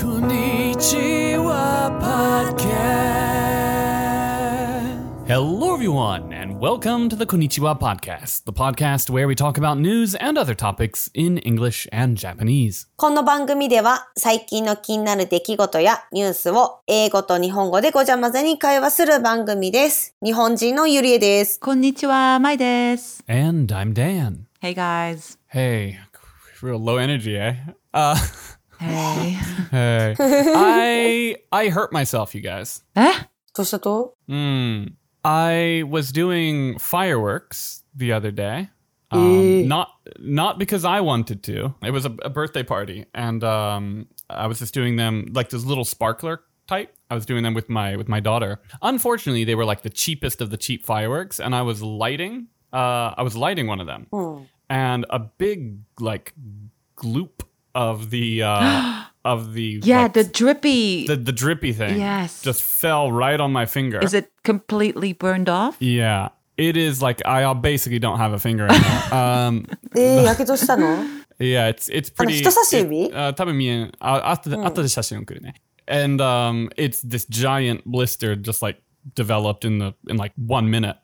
こんにちは、podcast. Hello, everyone, and welcome to the Konnichiwa Podcast, the podcast where we talk about news and other topics in English and Japanese. この番組では最近の気になる出来事やニュースを英語と日本語でごちゃ混ぜに会話する番組です。日本人のゆりえです。こんにちは、まいです。 And I'm Dan. Hey guys. Hey, real low energy, eh? Uh, Hey. hey. I I hurt myself, you guys. えどうしたと Mm. I was doing fireworks the other day. Eh. Um, Not not because I wanted to. It was a, a birthday party, and um, I was just doing them like this little sparkler type. I was doing them with my with my daughter. Unfortunately, they were like the cheapest of the cheap fireworks, and I was lighting. Uh, I was lighting one of them, and a big like gloop of the uh, of the Yeah, like, the drippy. the the drippy thing Yes. just fell right on my finger. Is it completely burned off? Yeah. It is like I basically don't have a finger anymore. um, えー、やけどしたの yeah, it's it's あの pretty. 人差し指 it- uh, 多分見えん。あ、後で、後で写真送るね。And um, it's this giant blister just like developed in the in like one minute.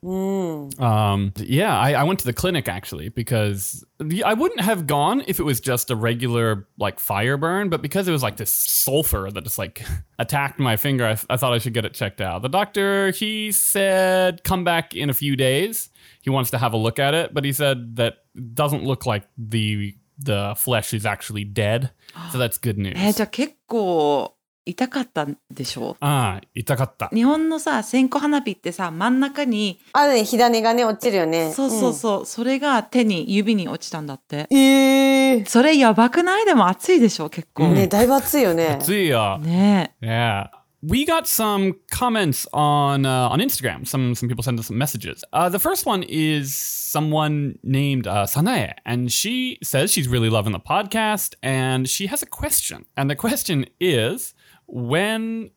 Um, yeah, I, I went to the clinic actually because the- I wouldn't have gone if it was just a regular like fire burn, but because it was like this sulfur that just like attacked my finger, I, I thought I should get it checked out. The doctor he said come back in a few days. He wants to have a look at it, but he said that it doesn't look like the the flesh is actually dead, so that's good news. えーじゃあ結構痛かったんでしょ Ah, itakatta. う日本のさ、線香花火ってさ、真ん中に、あるね、火種がね、落ちるよね。そうそうそう、それが手に、指に落ちたんだって。うん。えそれやばくないでも熱いでしょ結構。ー。ね、だいぶ暑いよね。 See ya. ね Yeah. We got some comments on uh, on Instagram. Some some people sent us some messages. Uh, the first one is someone named uh, Sanae, and she says she's really loving the podcast, and she has a question. And the question is, when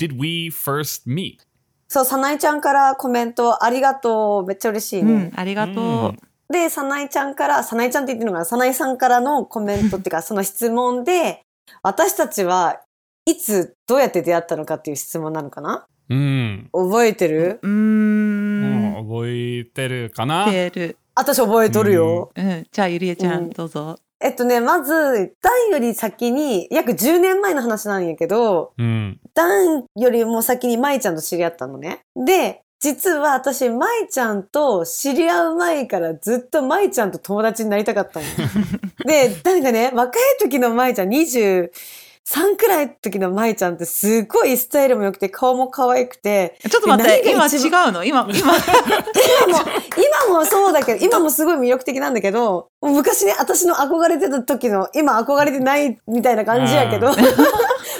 did we first meet? そう、さないちゃんからコメントありがとう。めっちゃ嬉しいえ。うね。ん、ありがとう。で、さないちゃんから、さないちゃんって言ってるのかなさないさんからのコメント っていうか、その質問で、私たちはいつどうやって出会ったのかっていう質問なのかな Mm. 覚えてるうーん。Hmm. 覚えてるかな？てる。私覚えとるよ。うん。じゃあ、ゆりえちゃうんん、どうぞ。えっとね、まず、ダンより先に、約10年前の話なんやけど、うん。ダンよりも先に舞ちゃんと知り合ったのね。で、実は私、舞ちゃんと知り合う前からずっと舞ちゃんと友達になりたかったの。で、なんかね、若い時の舞ちゃん、23くらいの時の舞ちゃんってすごいスタイルも良くて、顔も可愛くて、ちょっと待って、え何今が一違うの今、 今。今も、今もそうだけど、今もすごい魅力的なんだけど、昔ね、私の憧れてた時の、今憧れてないみたいな感じやけど、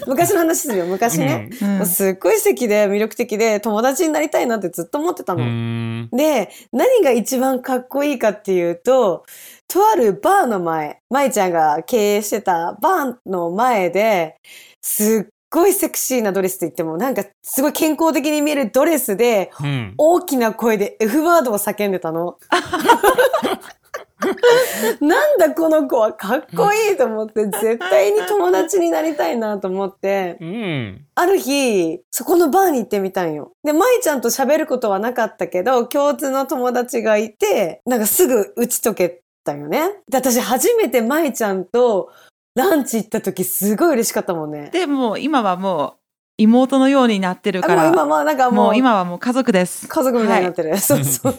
昔の話するよ、昔ね。うんすっごい素敵で魅力的で、友達になりたいなってずっと思ってたの。うん。で、何が一番かっこいいかっていうと、とあるバーの前、舞ちゃんが経営してたバーの前で、すっごいセクシーなドレスって言っても、なんかすごい健康的に見えるドレスで、うん。大きな声で F ワードを叫んでたの。なんだこの子はかっこいいと思って、絶対に友達になりたいなと思って、うん。ある日、そこのバーに行ってみたんよ。で、舞ちゃんと喋ることはなかったけど、共通の友達がいて、なんかすぐ打ち解けたんよね。で、私初めて舞ちゃんとランチ行った時すごい嬉しかったもんね。でもう今はもう妹のようになってるあもかうら今はなんかももうう今はもう家族です。家族みたいになってる。そうそう。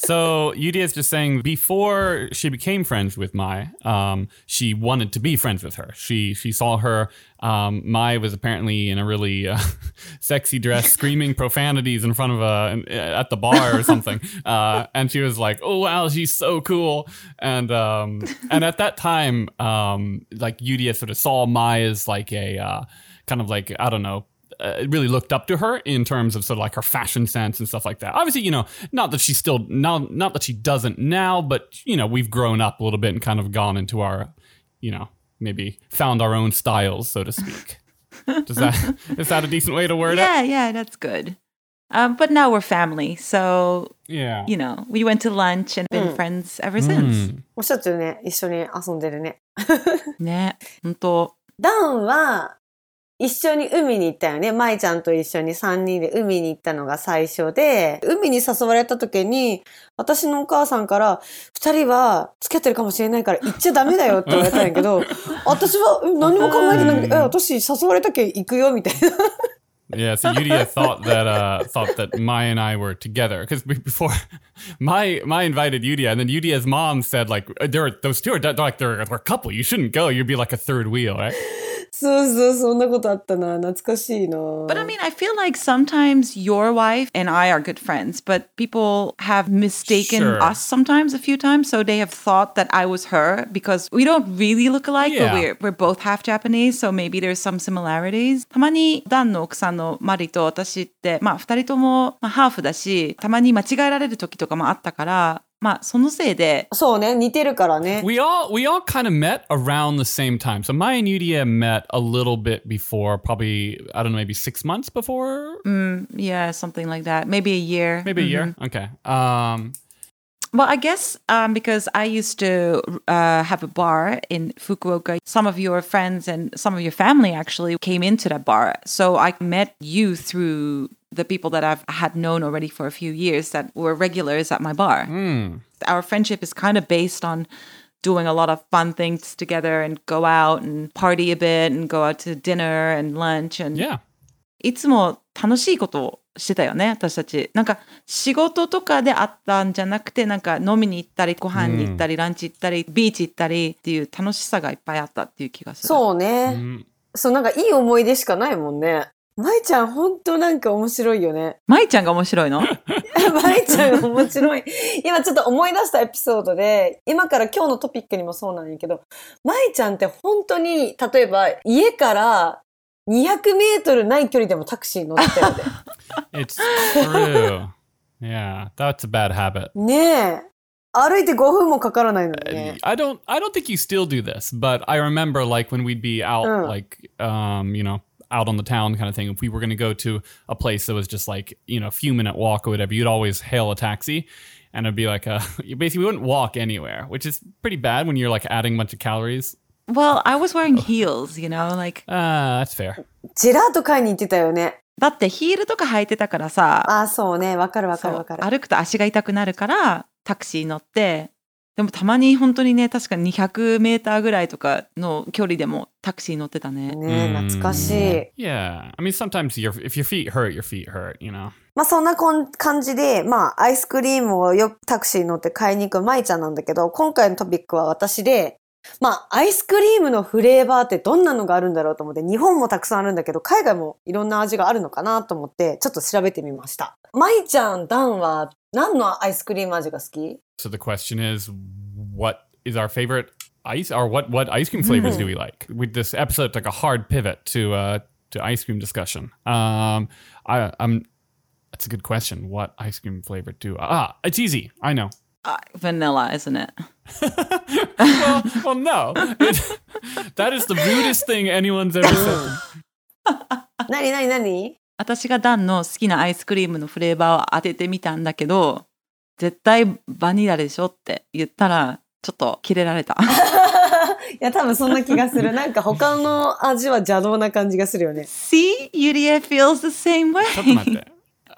So Yudi is just saying before she became friends with Mai, um, she wanted to be friends with her. She she saw her. Um, Mai was apparently in a really uh, sexy dress, screaming profanities in front of a at the bar or something, uh, and she was like, "Oh wow, she's so cool!" And um, and at that time, um, like Yudi sort of saw Mai as like a uh, kind of like I don't know uh, really looked up to her in terms of sort of like her fashion sense and stuff like that. Obviously, you know, not that she's still not not that she doesn't now, but you know, we've grown up a little bit and kind of gone into our, you know, maybe found our own styles, so to speak. Does that is that a decent way to word it? Yeah, yeah, that's good. Um, but now we're family, so Yeah. you know we went to lunch and Mm. been friends ever since. Mm. おっしゃってるね。一緒に遊んでるね。ね、本当。ダンは、一緒に海に行ったよね。舞ちゃんと一緒に3人で海に行ったのが最初で、海に誘われた時に、私のお母さんから、二人は付き合ってるかもしれないから行っちゃダメだよって言われたんやけど、私はえ何も考えてなくうて、んえ、私誘われたけん行くよみたいな。 Yeah, so Yudia thought that uh, thought that Mai and I were together because before Mai Mai invited Yudia, and then Yudia's mom said like there were those two are they're like they're, they're a couple. You shouldn't go. You'd be like a third wheel, right? そうそう、そんなことあったな。懐かしいな。 But I mean, I feel like sometimes your wife and I are good friends, but people have mistaken Sure. us sometimes a few times. So they have thought that I was her because we don't really look alike, Yeah. but we're, we're both half Japanese. So maybe there's some similarities. たまにダンの奥さんのマリと私って、まあ二人ともまあハーフだし、たまに間違えられる時とかもあったから、まあそのせいで、そうね、似てるからね。 We all we all kind of met around the same time. So Mai and Yudia met a little bit before, probably I don't know, maybe six months before, yeah, something like that. Maybe a year. maybe a year. Okay. Um, Well, I guess um, because I used to uh, have a bar in Fukuoka, some of your friends and some of your family actually came into that bar. So I met you through the people that I've had known already for a few years that were regulars at my bar. Mm-hmm. hmm, Our friendship is kind of based on doing a lot of fun things together and go out and party a bit and go out to dinner and lunch and yeah. いつも楽しいことをしてたよね、私たち。なんか仕事とかであったんじゃなくて、なんか飲みに行ったり、ご飯に行ったり、ランチ行ったり、ビーチ行ったりっていう楽しさがいっぱいあったっていう気がする。そうね。Mm, そう、なんかいい思い出しかないもんね。舞ちゃん、ほんとなんか面白いよね。舞ちゃんが面白いの 舞ちゃんが面白い。今ちょっと思い出したエピソードで、今から今日のトピックにもそうなんやけど、舞ちゃんって本当に、例えば家から200メートルない距離でもタクシーに乗ってたよね。 It's true. yeah, that's a bad habit. ねえ。歩いて5分もかからないのにね。 I don't I don't think you still do this, but I remember like when we'd be out Mm. like um, you know, out on the town kind of thing, if we were gonna go to a place that was just like, you know, a few minute walk or whatever, you'd always hail a taxi and it'd be like a you basically wouldn't walk anywhere, which is pretty bad when you're like adding a bunch of calories. Well, I was wearing heels, you know, like. Uh that's fair. ジェラート買いに行ってたよね。だってヒールとか履いてたからさ、ああ、そうね。わかるわかそるうわかる。歩くと足が痛くなるから、タクシー乗って、でもたまに本当にね、確か200メーターぐらいとかの距離でもタクシー乗ってたね。ねえ、懐かしい。Mm. Yeah. I mean sometimes your if your feet hurt, your feet hurt, you know. まあそんなこん感じで、まあアイスクリームをよくタクシーに乗って買いに行く舞ちゃんなんだけど、今回のトピックは私で、まあアイスクリームのフレーバーってどんなのがあるんだろうと思って、日本もたくさんあるんだけど、海外もいろんな味があるのかなと思って、ちょっと調べてみました。舞ちゃん、ダンは何のアイスクリーム味が好き So the question is, what is our favorite ice, or what what ice cream flavors do we like? With this episode, took a hard pivot to uh, to ice cream discussion. Um, I, I'm. That's a good question. What ice cream flavor do? Ah, it's easy. I know. Uh, vanilla, isn't it? well, well, no. It- that is the rudest thing anyone's ever said. 何何 何私がダンの好きなアイスクリームのフレーバーを当ててみたんだけど、絶対バニラでしょって言ったら、ちょっとキレられた。いや、多分そんな気がす る。なんか他の味は邪道な感じがするよね。 See? Yuria feels the same way. Something like that.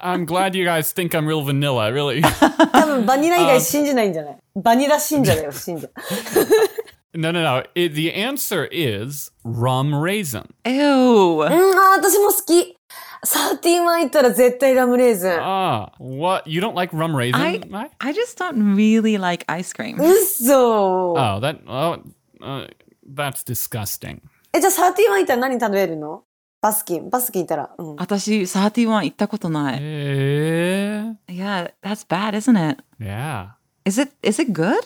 I'm glad you guys think I'm real vanilla. Really. 多分バニラ以外信じないんじゃないバニラ信者だよ、信者。 No, no, no. It, the answer is rum raisin. Ew. うん、あー、私も好き。サーティーマン行ったら絶対ラムレーズン。 Ah, what? You don't like rum raisin? I- Mai? I just don't really like ice cream. うっそー。 Oh, that oh, uh, that's disgusting. え、じゃあサーティーマン行ったら何食べるのバスキン。バスキン行ったら。うん。私、31行ったことな Eh, い。Yeah, that's bad, isn't it? yeah, Is it, is it good?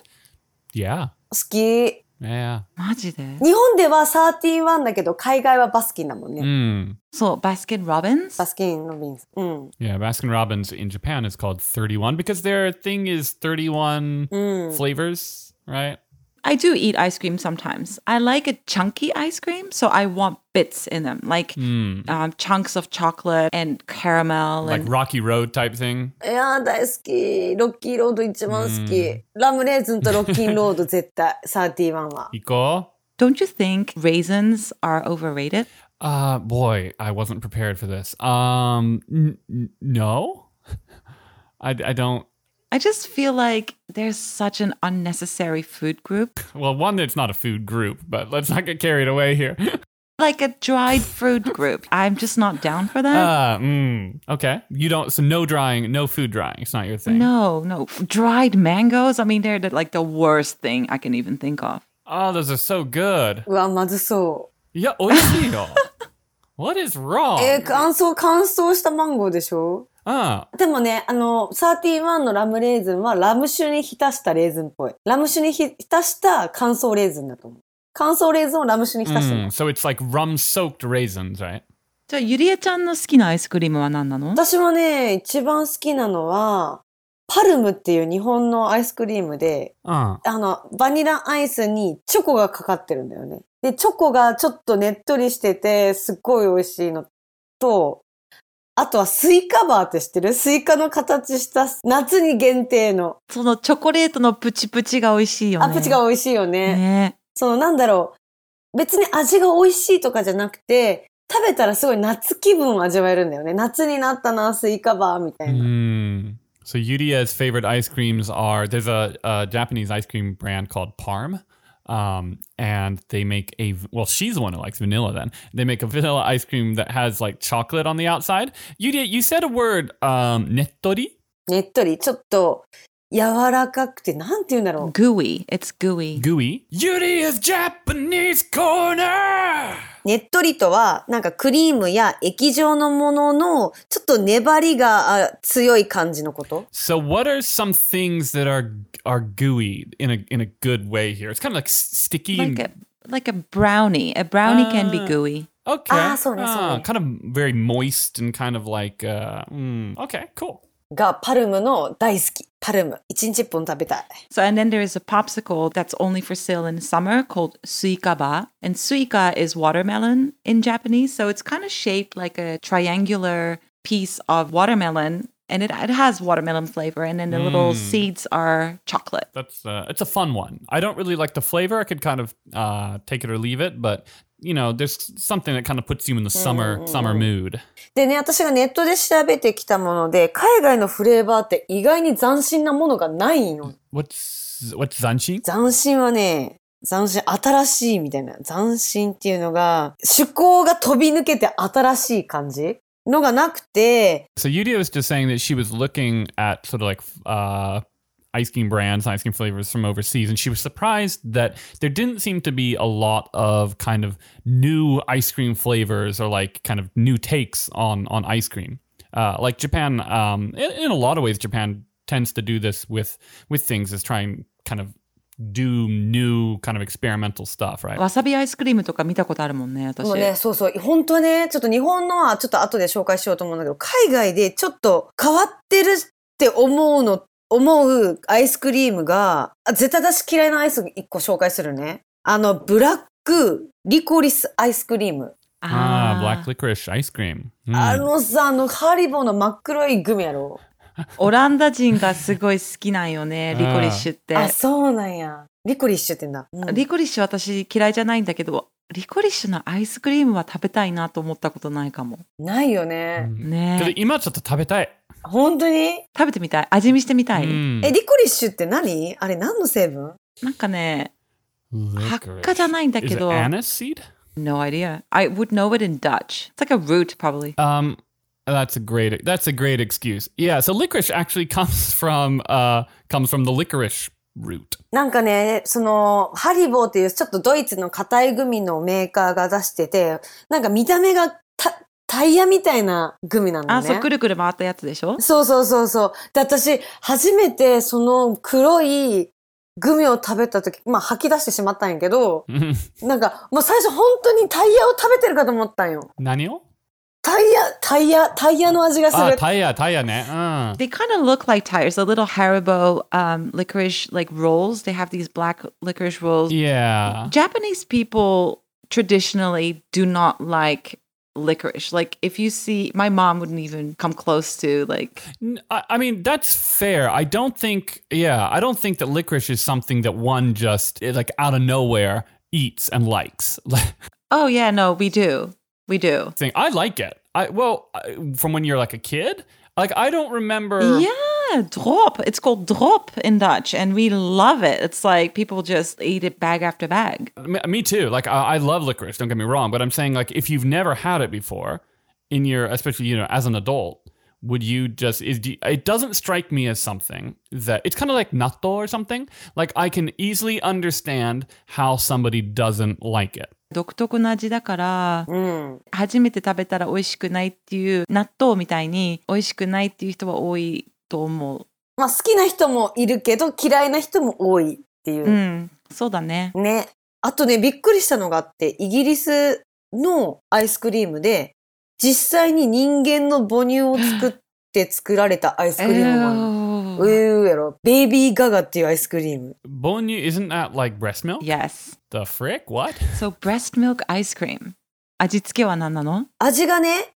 yeah, 好き。 yeah. マジで日本ではサーティワンだけど、海外はバスキンだもんね。 Mm. そう、バスケット・ロビンスバスキンのビンズ。うん。 Yeah, Baskin Robbins in Japan is called 31 because their thing is 31 flavors, right? I do eat ice cream sometimes. I like a chunky ice cream, so I want bits in them, like um, chunks of chocolate and caramel. Hmm. Like and Rocky Road type thing. いやー、大好き。ロッキーロード一番好き。ラムレーズンとロッキンロード絶対。サーティワンは。 Iko. don't you think raisins are overrated? Uh, boy, I wasn't prepared for this. Um, n- n- no, I, I don't. I just feel like there's such an unnecessary food group, Well, one, it's not a food group, but let's not get carried away here. like a dried fruit group. I'm just not down for that. Uh, mm, okay. You don't. So no drying, no food drying. It's not your thing. No, no. Dried mangoes? I mean, they're the, like the worst thing I can even think of. Oh, those are so good. うわ、まずそ Yeah, oishii What is う。 wrong? えー、乾燥、乾燥したマンゴーでしょ Ah, でもね、あの、31のラムレーズンはラム酒に浸したレーズンっぽい。ラム酒にひ浸した乾燥レーズンだと思う。乾燥レーズンをラム酒に浸してる mm, so it's like rum-soaked raisins, right? じゃあ、ゆりえちゃんの好きなアイスクリームは何なの私はね、一番好きなのは、パルムっていう日本のアイスクリームで、 Ah, あの、バニラアイスにチョコがかかってるんだよね。で、チョコがちょっとねっとりしてて、すっごい美味しいのと、あとはスイカバーって知ってるスイカの形した夏に限定の。そのチョコレートのプチプチが美味しいよね。アプチが美味しいよね。ね。そのなんだろう。別に味が美味しいとかじゃなくて、食べたらすごい夏気分を味わえるんだよね。夏になったな、スイカバーみたいな。 mm. So Yudia's favorite ice creams are there's a, a Japanese ice cream brand called Parm. Um, and they make a well, she's the one who likes vanilla. Then they make a vanilla ice cream that has like chocolate on the outside. Yudia, you said a word, um, nettori. ねっとり、ちょっと柔らかくて、なんて言うんだろう。 gooey. It's gooey. gooey. Yudia's Japanese corner. ねっとりとは、なんかクリームや液状のものの、ちょっと粘りがあ強い感じのこと。 So, what are some things that are are gooey in a in a good way here? It's kind of like s- sticky. Like and, a, like a brownie. A brownie can be Ah. gooey. okay. Ah, sorry, sorry. Kind of very moist and kind of like. Uh, mm, okay, cool. が、パルムの大好き。パルム。一日一本食べたい。 So, and then there is a popsicle that's only for sale in summer called suikaba. And suika is watermelon in Japanese. So it's kind of shaped like a triangular piece of watermelon. And it, it has watermelon flavor. And then the Mm. little seeds are chocolate. That's uh, it's a fun one. I don't really like the flavor. I could kind of uh, take it or leave it, but you know, there's something that kind of puts you in the summer Mm. summer mood. でね、私がネットで調べてきたもので、海外のフレーバーって意外に斬新なものがないの。 What's what's zanchin? 斬新はね、斬新、新しいみたいな。斬新っていうのが、趣向が飛び抜けて新しい感じのがなくて、 So Yudia was just saying that she was looking at sort of like uh, ice cream brands, ice cream flavors from overseas, and she was surprised that there didn't seem to be a lot of kind of new ice cream flavors or like kind of new takes on on ice cream. Uh, like Japan, um, in, in a lot of ways, Japan tends to do this with with things is try and kind of do new kind of experimental stuff, right? わさびアイスクリームとか見たことあるもんね、私。もうね、そうそう、本当はね、ちょっと日本のはちょっと後で紹介しようと思うんだけど、海外でちょっと変わってるって思うの、思うアイスクリームが、あ絶対私嫌いなアイス一個紹介するね。あの、ブラックリコリスアイスクリーム。 Ah, ー black licorice ice cream. あ Mm. のさ、あの、ハリボーの真っ黒いグミやろ。オランダ人がすごい好きなんよね、あーリコリッシュって。あ、そうなんや。リコリッシュって言うんだ。うんリコリッシュ私嫌いじゃないんだけど、リコリッシュのアイスクリームは食べたいなと思ったことないかも。ないよね。けどねえ今ちょっと食べたい。本当にえ、食べてみたい。味見してみたい。うんリコリッシュって何あれ何の成分なんかね、発火 Licorice. じゃないんだ Is け it ど、 anise seed? no idea. I would know it in Dutch. It's like a root, probably. Um, that's a great that's a great excuse. Yeah, so licorice actually comes from uh comes from the licorice root. なんかね、その、ハリボーっていうちょっとドイツの硬いグミのメーカーが出してて、なんか見た目がたタイヤみたいなグミなのね。あ、そう、くるくる回ったやつでしょそうそうそうそう。で、私、初めてその黒いグミを食べた時、まあ吐き出してしまったんやけど、なんかもう最初本当にタイヤを食べてるかと思ったんよ。何をタイヤ、タイヤ、タイヤの味がすあ、る。タイヤ、タイヤね。うん。 They kind of look like tires, the little Haribo um, licorice like rolls. They have these black licorice rolls. Yeah. Japanese people traditionally do not like licorice. Like if you see my mom wouldn't even come close to like N- I I mean, that's fair. I don't think, yeah, I don't think that licorice is something that one just, eh, like, out of nowhere eats and likes. oh yeah, no, we do. We do. thing. I like it. I well, I- from when you're like a kid, like I don't remember. Yeah, drop. It's called drop in Dutch, and we love it. It's like people just eat it bag after bag. Me, me too. Like I, I love licorice. Don't get me wrong, but I'm saying like if you've never had it before, in your especially you know as an adult, would you just is do- it doesn't strike me as something that it's kind of like natto or something. Like I can easily understand how somebody doesn't like it. 独特の味だから、うん。初めて食べたら美味しくないっていう納豆みたいに美味しくないっていう人は多いと思う。まあ好きな人もいるけど嫌いな人も多いっていうう。ん、そうだね。ね。あとね、びっくりしたのがあって、イギリスのアイスクリームで、実際に人間の母乳を作って作られたアイスクリームがあるの。うえーえうやろ。ベイビーガガっていうアイスクリーム。 Bone, isn't that like breast milk? Yes. The frick? What? So breast milk ice cream. 味付けは何なの味がね、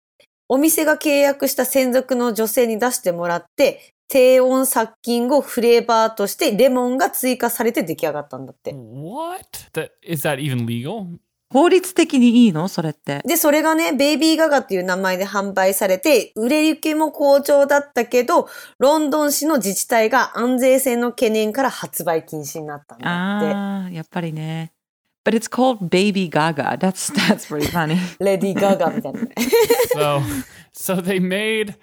お店が契約した専属の女性に出してもらって、低温殺菌後フレーバーとしてレモンが追加されて出来上がったんだって。 What? That is that even legal? 法律的にいいのそれって。で、それがね、ベイビーガガっていう名前で販売されて、売れ行きも好調だったけど、ロンドン市の自治体が安全性の懸念から発売禁止になったんだっああ、やっぱりね。But it's called Baby Gaga. That's, that's pretty funny. て。レディーガガ みたいなね。 so so they made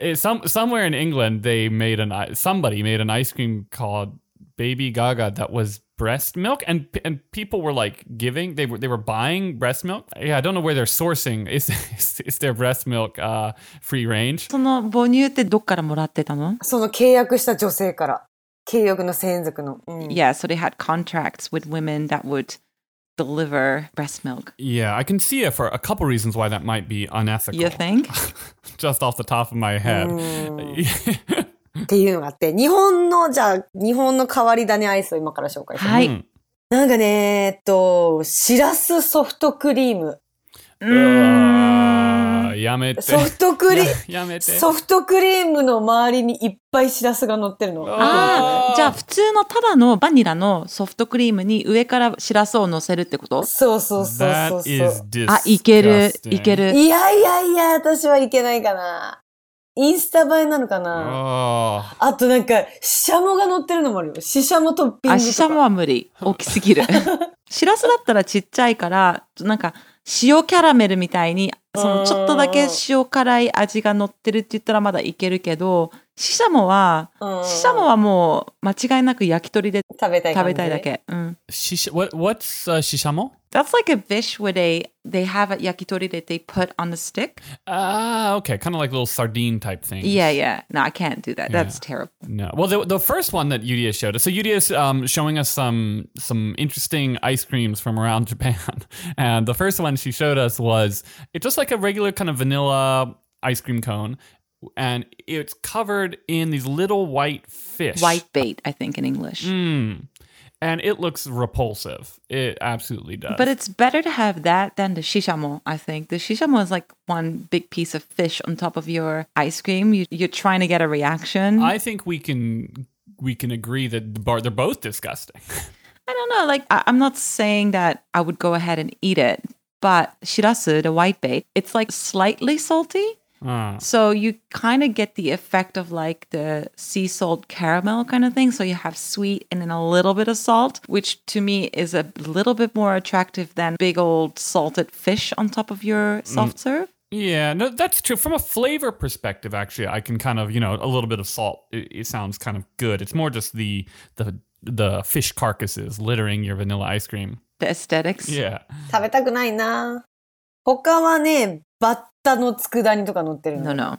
eh, some somewhere in England they made an i- somebody made an ice cream called Baby Gaga that was breast milk and p- and people were like giving they were they were buying breast milk yeah I don't know where they're sourcing is is, is their breast milk uh, free range その母乳ってどっからもらってたのその契約した女性から。契約の専属の。うん Yeah, so they had contracts with women that would deliver breast milk. yeah I can see it for a couple reasons why that might be unethical You think? just off the top of my head っていうのがあって、日本の、じゃあ、日本の変わり種アイスを今から紹介します。はうい。んなんかね、えっと、しらすソフトクリーム。う uh, ーん yamete. ソフトクリ、 やめてソフトクリームの周りにいっぱいしらすが乗ってるの。ああーあ、じゃあ普通のただのバニラのソフトクリームに上からしらすを乗せるってことそうそうそうそ That うそう is。disgusting. あ、いける、いける。いやいやいや、私はいけないかな。インスタ映えなのかな。 Oh. あとなんか、シシャモが乗ってるのもあるよ。シシャモトッピングとか。あ、ししゃもは無理。大きすぎ る。しらすだったらちっちゃいから、なんか塩キャラメルみたいに、そのちょっとだけ塩辛い味が乗ってるって言ったらまだいけるけど、ししゃもは、うんししゃもはもう間違いなく焼き鳥で食べたい感食じべたいだ。け。うん。 Shisha, what what's uh, shishamo? Mm. That's like a fish where they, they have a yakitori that they put on a stick. Ah, okay, kind of like little sardine type thing. Yeah, yeah. No, I can't do that. That's terrible. No. Well, the, the first one that Yudia showed us. So Yudia's um, showing us some some interesting ice creams from around Japan, and the first one she showed us was it's just like a regular kind of vanilla ice cream cone, and it's covered in these little white fish. White bait, I think, in English. Mm. And it looks repulsive. It absolutely does. But it's better to have that than the shishamo, I think. The shishamo is like one big piece of fish on top of your ice cream. You, you're trying to get a reaction. I, I think we can we can agree that the bar, they're both disgusting. don't know. Like, I, I'm not saying that I would go ahead and eat it, but shirasu, the white bait, it's like slightly salty. Uh, So you kind of get the effect of like the sea salt caramel kind of thing. So you have sweet and then a little bit of salt, which to me is a little bit more attractive than big old salted fish on top of your soft serve. yeah, no, that's true. From a flavor perspective, actually, I can kind of you know a little bit of salt. It, it sounds kind of good. It's more just the the the fish carcasses littering your vanilla ice cream. The aesthetics. Yeah. 食べたくないな。他はね、バッタの佃煮とか乗ってる No, の。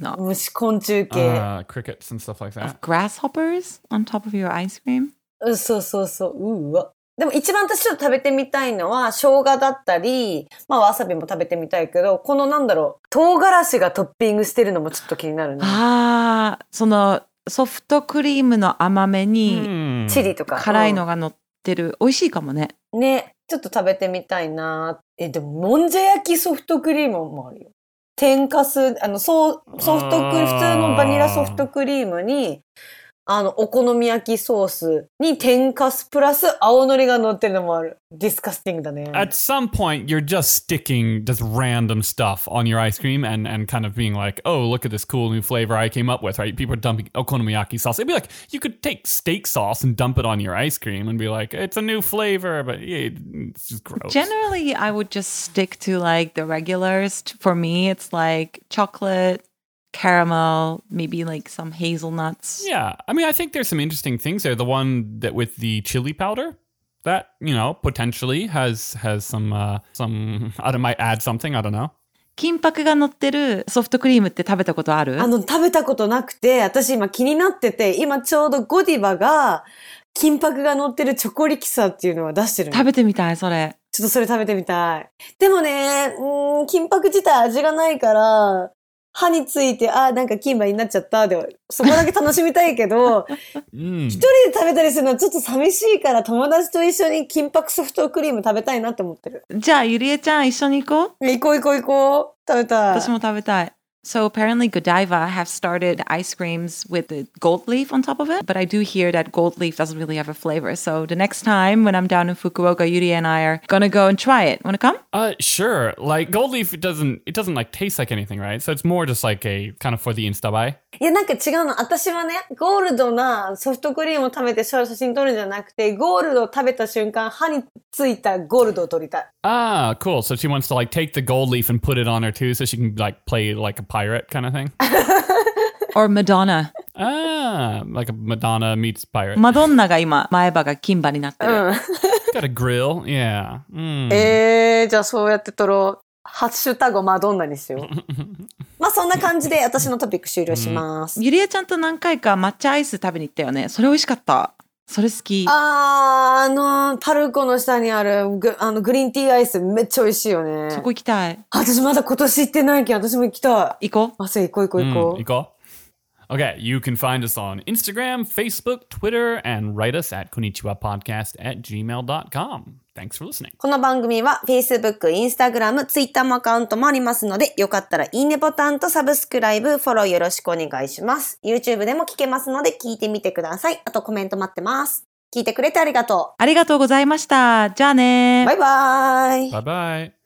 no. 虫昆虫系。 Uh, crickets and stuff like Of that. grasshoppers on top of your ice cream. うん、そうそうそう。うわ。でも一番私ちょっと食べてみたいのは、生姜だったり、まあわさびも食べてみたいけど、このなんだろう、唐辛子がトッピングしてるのもちょっと気になるね。ああ、Ah, そのソフトクリームの甘めに Mm. チリとか。辛いのが乗ってる。美味しいかもね。うんね、ちょっと食べてみたいな。え、でも、もんじゃ焼きソフトクリームもあるよ。天かす、あの、そう、ソフトクあー普通のバニラソフトクリームに、あの、お好み焼きソースに天かすプラス青のりが乗ってるのもある。ディスカスティングだね。 At some point, you're just sticking just random stuff on your ice cream and, and kind of being like, oh, look at this cool new flavor I came up with, right? People are dumping okonomiyaki sauce. It'd be like, you could take steak sauce and dump it on your ice cream and be like, it's a new flavor, but yeah, it's just gross. Generally, I would just stick to like the regulars. T- For me, it's like chocolate, caramel, maybe like some hazelnuts. yeah. I mean, I think there's some interesting things there. The one that with the chili powder. That you know potentially has has some uh, some I don't, might add something I don't know 金箔が乗ってるソフトクリームって食べたことあるあの、食べたことなくて、私今気になってて、今ちょうどゴディバが、金箔が乗ってるチョコリキサーっていうのは出してるの。ちょ食べてみたい、それ。っとそれ食べてみたい。でもね、うーん、金箔自体味がないから、歯について、あー、なんか金箔になっちゃった。で、そこだけ楽しみたいけ ど、 Mm. 一人で食べたりするのはちょっと寂しいから、友達と一緒に金箔ソフトクリーム食べたいなって思ってる。じゃあ、ゆりえちゃん一緒に行こう。行こう行こう行こう。食べたい。私も食べたい。So apparently Godiva have started ice creams with the gold leaf on top of it, but I do hear that gold leaf doesn't really have a flavor. So the next time when I'm down in Fukuoka, Yuri and I are gonna go and try it. Wanna come? Uh, sure. Like gold leaf, it doesn't it doesn't like taste like anything, right? So it's more just like a kind of for the insta buy. いや、なんか違うの。私はね、ゴールドなソフトクリームを食べて写真撮るんじゃなくて、ゴールドを食べた瞬間、歯についたゴールドを撮りたい。 Ah, cool. So she wants to like take the gold leaf and put it on her too, so she can like play like a pirate kind of thing. Or Madonna. ah, like a Madonna meets pirate. マドンナが今、前歯が金歯になってる。 Got a grill, yeah. Mm. えー、じゃあそうやって撮ろう。ハッシュタグマドンナにしよ う。まあそんな感じで私のトピック終了します。ゆりえちゃんと何回か抹茶アイス食べに行ったよね。それ美味しかった。それ好き。あー、あのー、パルコの下にあるグあのグリーンティーアイスめっちゃ美味しいよね。そこ行きたい。あ私まだ今年行ってないけど、私も行きたい。行こう。あ、そう行こう行こう行 Mm, こう。 Nicole? Okay, you can find us on Instagram, Facebook, Twitter, and write us at konnichiwa podcast at gmail.com. Thanks for listening. この番組は Facebook、Instagram、Twitter もアカウントもありますので、よかったらいいねボタンとサブスクライブ、フォローよろしくお願いします。YouTube でも聞けますので、聞いてみてください。あとコメント待ってます。聞いてくれてありがとありがとうございました。じゃあねう。バイバ Bye イ。bye.